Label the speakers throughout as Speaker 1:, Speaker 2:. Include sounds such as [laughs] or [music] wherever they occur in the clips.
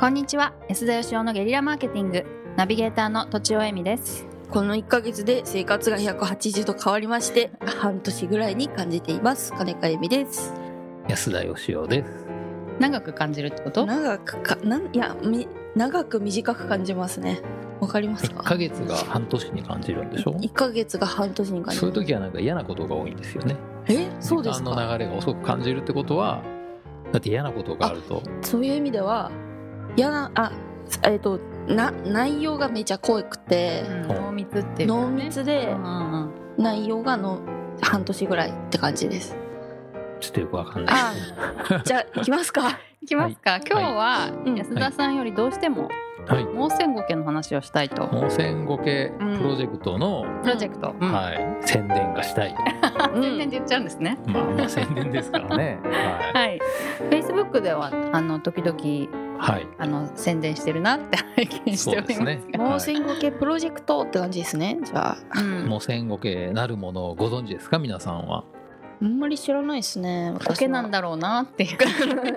Speaker 1: こんにちは安田義雄のゲリラマーケティングナビゲーターの土地尾恵美です
Speaker 2: この1ヶ月で生活が180度変わりまして、半年ぐらいに感じています。金かえみです。
Speaker 3: 安田義雄です。
Speaker 1: 長く感じるってこと
Speaker 2: 長くか、なん、いや、み、長く短く感じますね。わかります
Speaker 3: 1
Speaker 2: か
Speaker 3: ヶ月が半年に感じるんでしょ
Speaker 2: ?1 ヶ月が半年に感じ
Speaker 3: そうい
Speaker 2: る
Speaker 3: う。時はなんか嫌なことが多いんですよね。
Speaker 2: え、そうです
Speaker 3: 時間
Speaker 2: か
Speaker 3: の流れが遅く感じるってことは、だって嫌なことがあると。
Speaker 2: そういう意味では、嫌な、あ、えっと、な、内容がめちゃ濃くて、
Speaker 1: うん濃密っていうかね
Speaker 2: 濃密で
Speaker 1: うん、うん
Speaker 2: 内容がの、半年ぐらいって感じです。
Speaker 3: ちょっとよくわかんない。 [laughs]
Speaker 2: あ、じゃあ、行きますか。
Speaker 1: いきますか、今日
Speaker 2: う
Speaker 1: は
Speaker 2: ん
Speaker 1: 安田さんよりどうしても
Speaker 3: はい。
Speaker 1: 盲線後家の話をしたいと、
Speaker 3: 温泉後系
Speaker 1: うん
Speaker 3: プロジェクトの、
Speaker 1: プロジェクト、うん
Speaker 3: はい、宣伝
Speaker 1: [laughs]
Speaker 3: がしたい。
Speaker 2: うん
Speaker 1: 宣伝で言っちゃうんですね、
Speaker 3: まあ、まあ宣伝ですからね。は
Speaker 1: はい Facebook ではあの時々
Speaker 3: い。はい。
Speaker 1: あの宣伝してるなって拝見しております
Speaker 3: そうですね
Speaker 2: 盲信号系プロジェクトって感じですね。じゃあ。
Speaker 1: うん、
Speaker 3: もう戦後系なるものをご存知ですか皆さんは。
Speaker 2: あんまり知らないですね。
Speaker 1: コケなん
Speaker 2: だ。
Speaker 1: だろうなっていう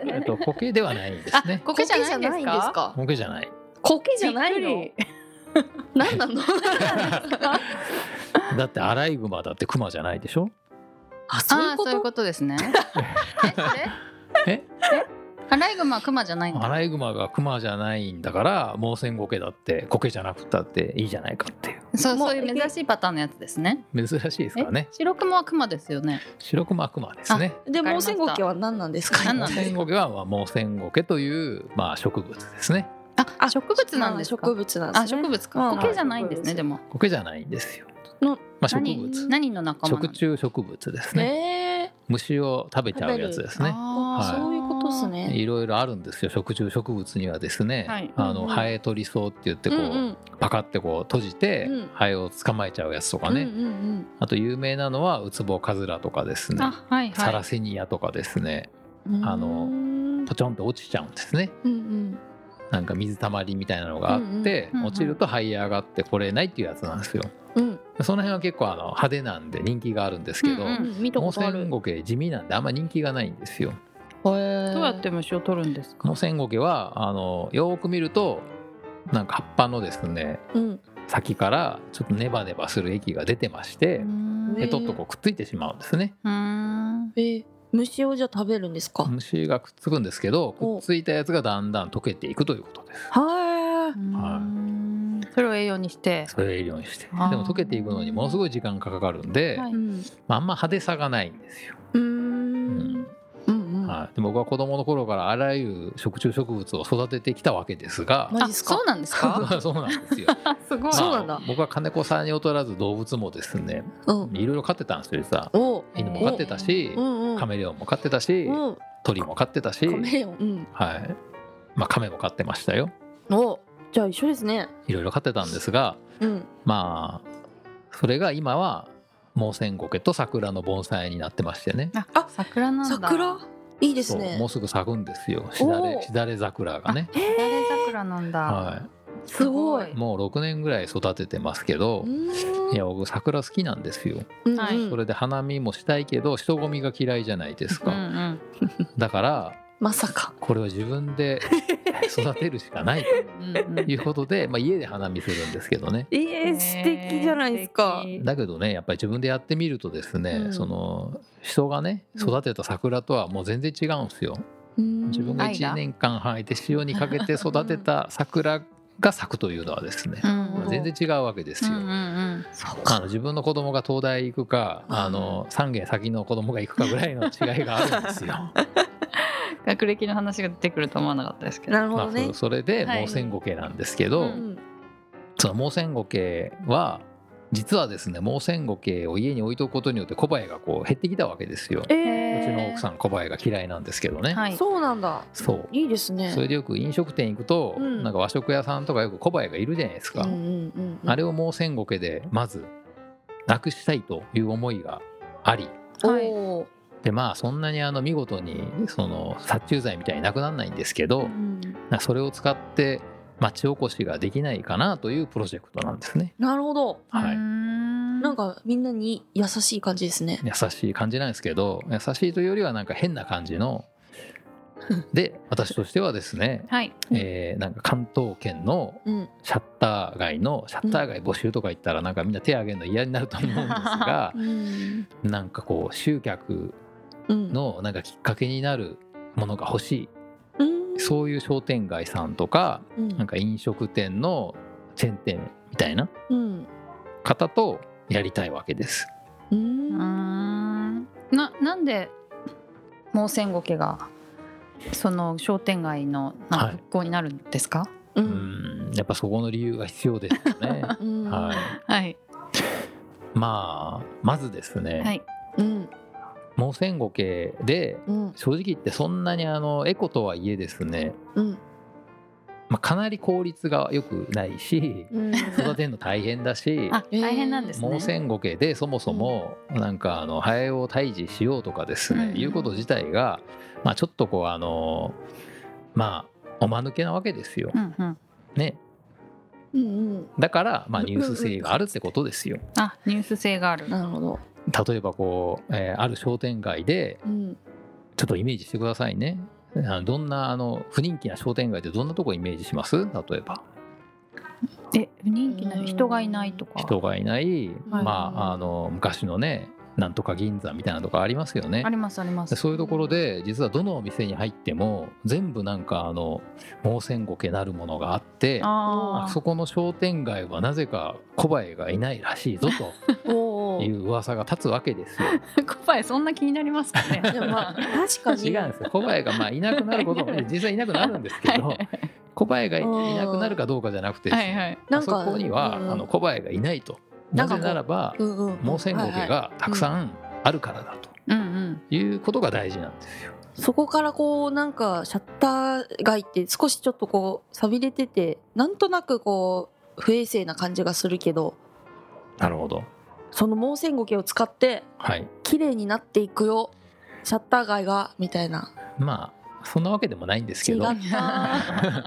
Speaker 3: え
Speaker 1: [laughs]
Speaker 3: っと、コケではないんで
Speaker 1: あ
Speaker 3: すね。
Speaker 1: コケじゃないんですか
Speaker 2: か。
Speaker 3: コケじゃ
Speaker 1: [laughs]
Speaker 3: ない。
Speaker 2: コケじゃない
Speaker 1: び
Speaker 2: の
Speaker 1: っ。くり
Speaker 2: 何なの？
Speaker 3: だってアライグマだってクマじゃないでしょ
Speaker 2: [laughs] あそうい
Speaker 1: あ
Speaker 2: う
Speaker 1: ー
Speaker 2: こ
Speaker 1: そういう
Speaker 2: と。
Speaker 1: ことですねえそれ
Speaker 3: え
Speaker 1: アライグマはクマじゃないの
Speaker 3: アライグマがクマじゃないんだから盲線ゴケだってコケじゃなくたっていいじゃないかっていう
Speaker 1: そう
Speaker 2: もう
Speaker 1: そういう珍しいパターンのやつですね
Speaker 3: 珍しいですからね
Speaker 1: 白クマはクマですよね
Speaker 3: 白クマクマですね
Speaker 2: で
Speaker 1: わかり
Speaker 2: 盲
Speaker 1: ました
Speaker 2: 線ゴケは何なんですか？
Speaker 1: 何
Speaker 3: 盲
Speaker 1: なんです
Speaker 3: 線ゴケはまあ盲線ゴケというまあ植物ですね
Speaker 1: あ植物なんです
Speaker 2: あ植
Speaker 1: か
Speaker 2: 物なんです
Speaker 1: あ
Speaker 2: ね。
Speaker 1: 植物
Speaker 2: う
Speaker 1: か
Speaker 2: ん
Speaker 1: 苔じゃないんです
Speaker 2: は
Speaker 1: ね
Speaker 2: い
Speaker 1: でも
Speaker 3: コケじゃないんですよ
Speaker 2: の
Speaker 3: まあ植
Speaker 1: 何
Speaker 3: 物
Speaker 1: 何の仲間な
Speaker 3: 食
Speaker 1: の
Speaker 3: 虫植物ですね
Speaker 2: ね。
Speaker 3: 虫を食べちゃうやつですね
Speaker 1: あー
Speaker 3: はい
Speaker 2: そういうことですね。
Speaker 3: いろいろあるんですよ食虫植物にはですね、
Speaker 1: はい
Speaker 3: あ
Speaker 2: うんう
Speaker 3: の
Speaker 2: ん
Speaker 3: ハエ取りそうって言って
Speaker 2: う
Speaker 3: こ
Speaker 2: ん
Speaker 3: う、
Speaker 2: うん
Speaker 3: パカってこう閉じて、
Speaker 2: うん
Speaker 3: ハエを捕まえちゃうやつとか
Speaker 2: うんう
Speaker 3: ね、
Speaker 2: ん
Speaker 3: あと有名なのはウツボカズラとかですね
Speaker 1: あはい
Speaker 3: サ
Speaker 1: は
Speaker 3: ラセニアとかですね
Speaker 2: うん。
Speaker 3: あの
Speaker 2: うん
Speaker 3: ポチョンと落ちちゃうんですね
Speaker 2: うん
Speaker 3: なんか水たまりみたいなのがあって、
Speaker 1: うんうん
Speaker 3: 落ちると這い上がってこれないっていうやつなんですよ
Speaker 2: うん
Speaker 3: その辺は結構あの派手なんで人気があるんですけど
Speaker 1: うんうん
Speaker 2: 見た
Speaker 3: モ
Speaker 2: こ
Speaker 3: セ
Speaker 2: とある
Speaker 3: ン。ゴケ地味なんであんま人気がないんですよ
Speaker 2: どう
Speaker 1: いどうやって虫を取るんですか
Speaker 3: モセンゴケはあのよーく見るとなんか葉っぱのですね
Speaker 2: うん
Speaker 3: 先からちょっとネバネバする液が出てまして
Speaker 1: う
Speaker 2: え
Speaker 3: ペトッとこうくっついてしまうんですね
Speaker 1: ーん
Speaker 2: えー虫をじゃあ食べるんですか？
Speaker 3: 虫がくっつくんですけどくっついたやつがだんだん溶けていくということです
Speaker 1: う
Speaker 2: は。
Speaker 1: ーんそれを栄養にして
Speaker 3: それをようにして
Speaker 1: あー
Speaker 3: でも溶けていくのにものすごい時間がかかるんで、
Speaker 1: はい
Speaker 2: うん
Speaker 3: まあ、あんま派手さがないんですよ、
Speaker 2: う
Speaker 3: うんん
Speaker 2: うんうん。
Speaker 3: はい、で僕は子供の頃からあらゆる食虫植物を育ててきたわけですが、
Speaker 2: マジっすか
Speaker 1: あそうなんです
Speaker 3: [laughs]
Speaker 1: か
Speaker 3: そうなんですよ、
Speaker 1: すごい
Speaker 3: ま
Speaker 2: [laughs]
Speaker 3: あ
Speaker 2: そうなんだ
Speaker 3: 僕は金子さんに劣らず動物もですね
Speaker 2: うん。
Speaker 3: いろいろ飼ってたんですよ実は
Speaker 2: お。
Speaker 3: 犬も飼ってたし
Speaker 2: うんうん。
Speaker 3: カメレオンも飼ってたし
Speaker 2: うん。
Speaker 3: 鳥も飼ってたし、
Speaker 2: カメレオン。うん。
Speaker 3: はいまあ、亀も飼ってましたよ
Speaker 2: おじゃあ一緒ですね。
Speaker 3: いろいろ飼ってたんですが
Speaker 2: うん。
Speaker 3: まあそれが今はモセンゴケと桜の盆栽になってましてね
Speaker 1: あ桜なんだ
Speaker 2: 桜いいです
Speaker 3: そう
Speaker 2: ね
Speaker 3: もう。すぐ咲くんですよしだ
Speaker 2: お
Speaker 3: れ
Speaker 2: ー
Speaker 3: しだれ桜がね、
Speaker 1: あしだれ桜なんだ、
Speaker 3: は
Speaker 2: すごい。
Speaker 3: い、もう6年ぐらい育ててますけど
Speaker 2: う、ーん
Speaker 3: いや僕桜好きなんですよ
Speaker 2: うん
Speaker 1: はい
Speaker 2: うん
Speaker 3: それで花見もしたいけど人混みが嫌いじゃないです
Speaker 1: うんう
Speaker 3: か、
Speaker 1: ん
Speaker 3: だから
Speaker 2: まさか。
Speaker 3: これは自分で
Speaker 2: [laughs]
Speaker 3: 育てるしかない
Speaker 1: うんうん
Speaker 3: [laughs] ということで、まあ、家で花見するんですけどね
Speaker 2: えー、素敵じゃないですか。
Speaker 1: ね
Speaker 3: だけどねやっぱり自分でやってみるとですね、
Speaker 2: うん
Speaker 3: その人がね
Speaker 2: うん
Speaker 3: 育てた桜とはもう全然違うんですよ。
Speaker 2: 自
Speaker 3: 自分が
Speaker 1: 愛が
Speaker 3: 1年間はいて塩にかけて育てた桜が咲くというのはですね
Speaker 1: 素敵、うんうん
Speaker 2: ん
Speaker 3: 全然違うわけです
Speaker 1: う
Speaker 3: よ。
Speaker 1: んうん
Speaker 2: そう
Speaker 3: あ
Speaker 2: か。
Speaker 3: の自分の子供が東大行くか
Speaker 2: うん
Speaker 3: あの3軒先の子供が行くかぐらいの違いがあるん
Speaker 2: [laughs]
Speaker 3: ですよ。
Speaker 1: うん学歴の話が出てくると思わなかったですけど
Speaker 2: なるほ
Speaker 3: ま
Speaker 2: ど
Speaker 3: あ、
Speaker 2: ね
Speaker 3: そ。それで
Speaker 1: はい
Speaker 3: 盲線ゴケなんですけど、
Speaker 1: うん
Speaker 3: その盲線ゴケは実はですね盲線ゴケを家に置いとくことによって小林がこう減ってきたわけですよ。
Speaker 2: え
Speaker 1: へ
Speaker 2: え
Speaker 3: う
Speaker 1: ー
Speaker 3: ちの奥さん小林が嫌いなんですけどね、
Speaker 1: はい
Speaker 2: そうなんだ。
Speaker 3: そう
Speaker 2: いいですね。
Speaker 3: それでよく飲食店行くと、
Speaker 2: うん
Speaker 3: なんか和食屋さんとかよく小林がいるじゃないですか、
Speaker 2: うんうんうんうん。
Speaker 3: あれを盲線ゴケでまずなくしたいという思いがあり
Speaker 1: はい
Speaker 2: おー
Speaker 3: でまあそんなにあの見事にその殺虫剤みたいになくならないんですけ
Speaker 2: う
Speaker 3: ど、
Speaker 2: ん
Speaker 3: なんかそれを使って町おこしができないかなというプロジェクトなんですね。
Speaker 2: なるほど。
Speaker 3: はい
Speaker 2: な
Speaker 1: なん
Speaker 2: かみんなに優しい感じですね。
Speaker 3: [laughs] 優しい感じなんですけど優しいというよりはなんか変な感じので私としてはですね、
Speaker 1: はい。
Speaker 3: えーなんか関東圏の
Speaker 2: うん
Speaker 3: シャッター街のシャッター街募集とか言ったらなんかみんな手挙げるの嫌になると思うんです [laughs] が
Speaker 2: うん
Speaker 3: なんかこう集客
Speaker 2: うん
Speaker 3: のなんかきっかけになるものが欲し
Speaker 2: うん
Speaker 3: いそういう商店街さんとか
Speaker 2: うん
Speaker 3: なんか飲食店のチェーン店みたいな
Speaker 2: うん
Speaker 3: 方とやりたいわけです。
Speaker 2: う
Speaker 1: うー
Speaker 2: ん
Speaker 1: ん。な、なんで、盲線ゴケが、その商店街のなん
Speaker 3: は
Speaker 1: か
Speaker 3: い
Speaker 1: 復興になるんですか
Speaker 2: う
Speaker 3: うんんやっぱそこの理由が必要ですよね。
Speaker 2: うん
Speaker 3: はい、
Speaker 1: はい。
Speaker 3: まあまずですね、
Speaker 1: はい。
Speaker 2: うん
Speaker 3: 盲線ゴケで
Speaker 2: うん
Speaker 3: 正直言ってそんなにあのエコとはいえですね、
Speaker 2: うん
Speaker 3: まあ、かなり効率が良くな
Speaker 2: [laughs]
Speaker 3: いし
Speaker 2: うん
Speaker 3: 育てるの大変だし
Speaker 1: あ、
Speaker 2: えー
Speaker 1: 大変なんですね。
Speaker 3: 盲線ゴケでそもそもなんかあのハエを退治しようとかですね、
Speaker 1: うん
Speaker 3: いうこと自体が、まあ、ちょっとこうあのまあおまぬけなわけですよ
Speaker 1: う。んうん。
Speaker 3: ね、
Speaker 2: うんうん
Speaker 3: だから、まあ、ニュース性があるってことですよ。
Speaker 1: あ、ニュース性がある。
Speaker 2: なるほど
Speaker 3: 例えばこう、えーある商店街で
Speaker 2: うん
Speaker 3: ちょっとイメージしてくださいね。あのどんなあの不人気な商店街でどんなとこイメージします例えば
Speaker 1: え、人気ない人がいないとか。
Speaker 3: 人がいない、
Speaker 1: はい
Speaker 3: まあ、あの昔のねなんとか銀座みたいなとこありますよね
Speaker 1: あ。りますあります。
Speaker 3: そういうところで実はどのお店に入っても全部なんかあの盲線ゴケなるものがあって
Speaker 1: あ
Speaker 3: あ
Speaker 1: あ。
Speaker 3: そこの商店街はなぜか小林がいないらしいぞ
Speaker 2: お
Speaker 3: と
Speaker 2: お
Speaker 3: い
Speaker 2: いう
Speaker 3: 噂が立つわけですよ。
Speaker 1: コパイそんな気になりますかね。
Speaker 2: やまあ確かに
Speaker 3: 違うんですよ小林がまあいなくなることも実際いなくなるんですけど
Speaker 1: はい
Speaker 3: 小林がいなくなるかどうかじゃなくてです
Speaker 1: はいは
Speaker 3: ね
Speaker 1: い。
Speaker 2: なん
Speaker 3: あそ
Speaker 2: か
Speaker 3: こには
Speaker 2: うん
Speaker 3: あの小林がいないと
Speaker 2: な
Speaker 3: なん
Speaker 2: か
Speaker 3: ぜ
Speaker 2: こう
Speaker 3: ならば
Speaker 2: うんうん
Speaker 3: 盲線ゴケ
Speaker 2: はいはい
Speaker 3: がたくさんあるからだと
Speaker 1: うんうん。
Speaker 3: いうことが大事なんですよ。
Speaker 2: そこからこうなんかシャッター街って少しちょっとこう錆びれててなんとなくこう不衛生な感じがするけど
Speaker 3: なるほど。
Speaker 2: その盲線ゴケを使って
Speaker 3: はい。
Speaker 2: 綺麗になっていくよシャッター街がみたいな
Speaker 3: まあそんなわけでもないんですけ
Speaker 2: 違っ
Speaker 3: ど
Speaker 2: た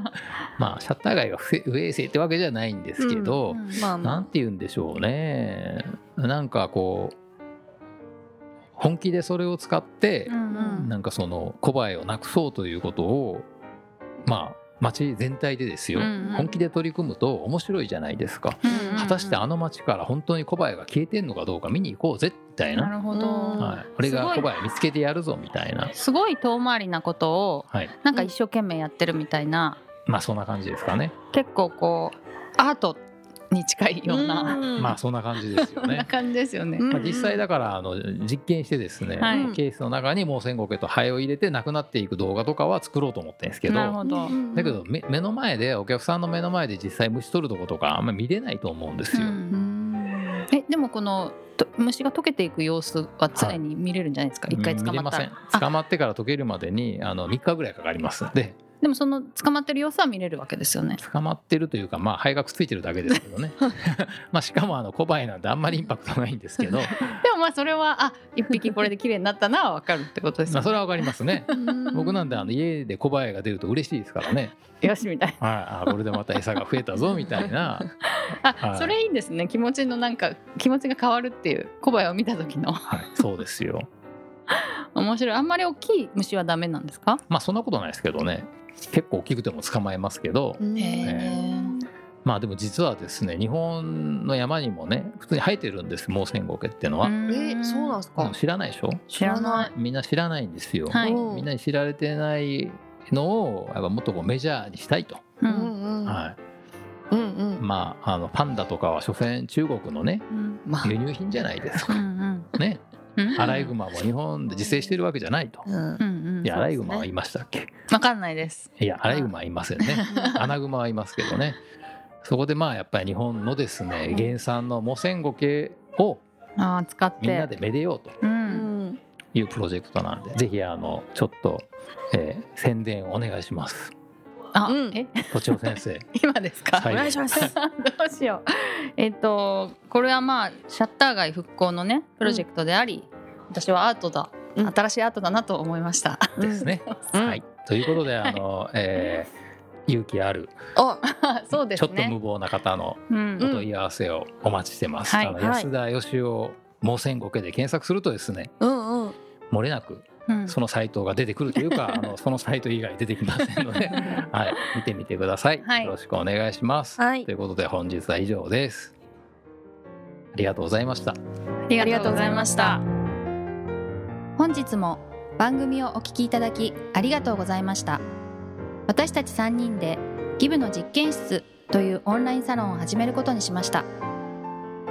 Speaker 3: [laughs] まあシャッター街が不不衛生ってわけじゃないんですけど、
Speaker 2: まあ
Speaker 3: なんて言うんでしょうねなんかこう本気でそれを使って
Speaker 1: う、んうん。
Speaker 3: なんかそのコバエをなくそうということをまあ町全体でですよ、
Speaker 1: うんうん
Speaker 3: 本気で取り組むと面白いじゃないですか、
Speaker 1: うんうん
Speaker 3: 果たしてあの町から本当にコバエが消えてんのかどうか見に行こうぜみたい
Speaker 1: な
Speaker 3: な、
Speaker 1: るほ
Speaker 2: うん
Speaker 1: ど。
Speaker 3: はい、俺
Speaker 1: すご
Speaker 3: が
Speaker 1: い
Speaker 3: コバエ見つけてやるぞみたいな、
Speaker 1: すごい遠回りなことを
Speaker 3: はい、
Speaker 1: なんか一生懸命やってるみたいな、
Speaker 3: まあそんな感じですかね、
Speaker 1: 結構こうアートに近いような、
Speaker 3: まあそんな感じですよ
Speaker 1: そん [laughs] な
Speaker 3: ね。
Speaker 1: 感じですよね。
Speaker 2: うん
Speaker 3: まあ、実際だからあの実験してですね、
Speaker 1: はい
Speaker 3: ケースの中に盲線ゴケとハエを入れてなくなっていく動画とかは作ろうと思ってるんですけど
Speaker 1: なるほど。
Speaker 3: だけどめ目の前でお客さんの目の前で実際虫取るとことかあんまり見れないと思うんです
Speaker 1: う
Speaker 3: よ。
Speaker 1: んえでもこのと虫が溶けていく様子は常に見れるんじゃないですか、一回捕
Speaker 3: 見れ
Speaker 1: まっ
Speaker 3: ま
Speaker 1: た
Speaker 3: せ
Speaker 1: ら
Speaker 3: ん捕まってから溶けるまでにあの3日ぐらいかかり
Speaker 1: [laughs]
Speaker 3: ますんで
Speaker 1: でもその捕まってる様子は見れるわけですよね
Speaker 3: 捕まってるというかまあ肺がくっついてるだけですけどね [laughs] まあしかもあのコバエなんであんまりインパクトないんです
Speaker 1: [laughs]
Speaker 3: け
Speaker 1: [laughs]
Speaker 3: ど
Speaker 1: でもまあそれはあ一匹これで綺麗になったなはわかるってことです
Speaker 3: ま
Speaker 1: よ [laughs]
Speaker 3: あそれ
Speaker 1: ね。
Speaker 3: はわかりますね僕なんであの家でコバエが出ると嬉しいですからね
Speaker 1: [laughs] よしみたい
Speaker 3: はいあこれでまた餌が増えたぞみたいな
Speaker 1: な。
Speaker 3: は
Speaker 1: あ
Speaker 3: い
Speaker 1: それいいんですね気持ちのなんか気持ちが変わるっていう小林を見た時の
Speaker 3: はいそうですよ
Speaker 1: 面白いあんまり大きい虫はダメなんですか？
Speaker 3: まあそんなことないですけどね結構大きくても捕まえますけど
Speaker 2: うん
Speaker 3: まあでも実はですね日本の山にもね普通に生えてるんです盲線ゴケっていうのは、
Speaker 2: えそうなん
Speaker 1: ん
Speaker 2: す
Speaker 3: うん
Speaker 2: か
Speaker 3: 知らないでしょ
Speaker 1: 知らない。
Speaker 3: みんな知らないんですよ、
Speaker 1: はい
Speaker 2: うん
Speaker 3: みんなに知られてないのをやっぱもっとこうメジャーにしたいと、
Speaker 1: う
Speaker 2: うん
Speaker 1: ん
Speaker 2: うん
Speaker 3: はい、
Speaker 2: うんうん
Speaker 3: まああのパンダとかは所詮中国のね
Speaker 1: うん
Speaker 2: まあ
Speaker 3: 輸入品じゃないです
Speaker 1: う
Speaker 3: か、
Speaker 1: ん
Speaker 3: ね、
Speaker 1: うん。
Speaker 3: アライグマも日本で自生してるわけじゃないと、
Speaker 2: うん
Speaker 1: うんうん。
Speaker 3: いやア
Speaker 1: わ
Speaker 3: ライグマはいましたっけ
Speaker 1: かんないです。
Speaker 3: いやアライグマはいません
Speaker 1: [laughs]
Speaker 3: ねアナグマはいますけどねそこでまあやっぱり日本のですね原産のモセンゴケを
Speaker 1: ああ使っ
Speaker 3: みんな
Speaker 1: て。
Speaker 3: でめでようと
Speaker 1: う。
Speaker 2: うんん
Speaker 3: いうプロジェクトなんでぜひあのちょっと、えー宣伝お願いします
Speaker 1: あ
Speaker 2: うん
Speaker 1: え [laughs]
Speaker 3: 土地先生
Speaker 1: 今ですか？
Speaker 3: は
Speaker 2: お願いします
Speaker 1: [laughs] どうしよう。えっ、とこれはまあシャッター街復興のねプロジェクトであり、私はアートだ、
Speaker 2: うん
Speaker 1: 新しいアートだなと思いました。 [laughs]
Speaker 3: ですね、
Speaker 2: うん
Speaker 3: はいということであの、えー勇気ある、
Speaker 2: あ
Speaker 1: そうで
Speaker 3: ちょ
Speaker 1: す
Speaker 3: っと無
Speaker 1: ね。
Speaker 3: 謀な方の
Speaker 1: うん
Speaker 3: お問い合わせをお待ちしてます、
Speaker 1: はい
Speaker 3: あの
Speaker 2: はい
Speaker 3: 安田義雄盲線ゴケで検索するとですね
Speaker 2: うんうん
Speaker 3: 漏れなく
Speaker 1: うん
Speaker 3: そのサイトが出てくるというかあのそのサイト以外出てきませんので、はい、見てみてください、
Speaker 1: はい
Speaker 3: よろしくお願いします、
Speaker 2: はい
Speaker 3: ということで本日は以上ですありがとうございました
Speaker 1: ありがとうございました本日も番組をお聞きいただきありがとうございました私たち3人でギブの実験室というオンラインサロンを始めることにしました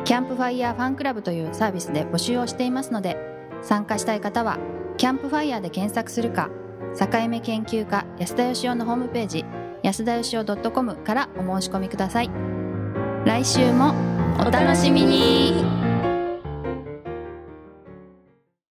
Speaker 1: キャンプファイヤーファンクラブというサービスで募集をしていますので参加したい方はキャンプファイヤーで検索するか境目研究家安田義雄のホームページ安田義雄 .com からお申し込みください来週もお楽しみに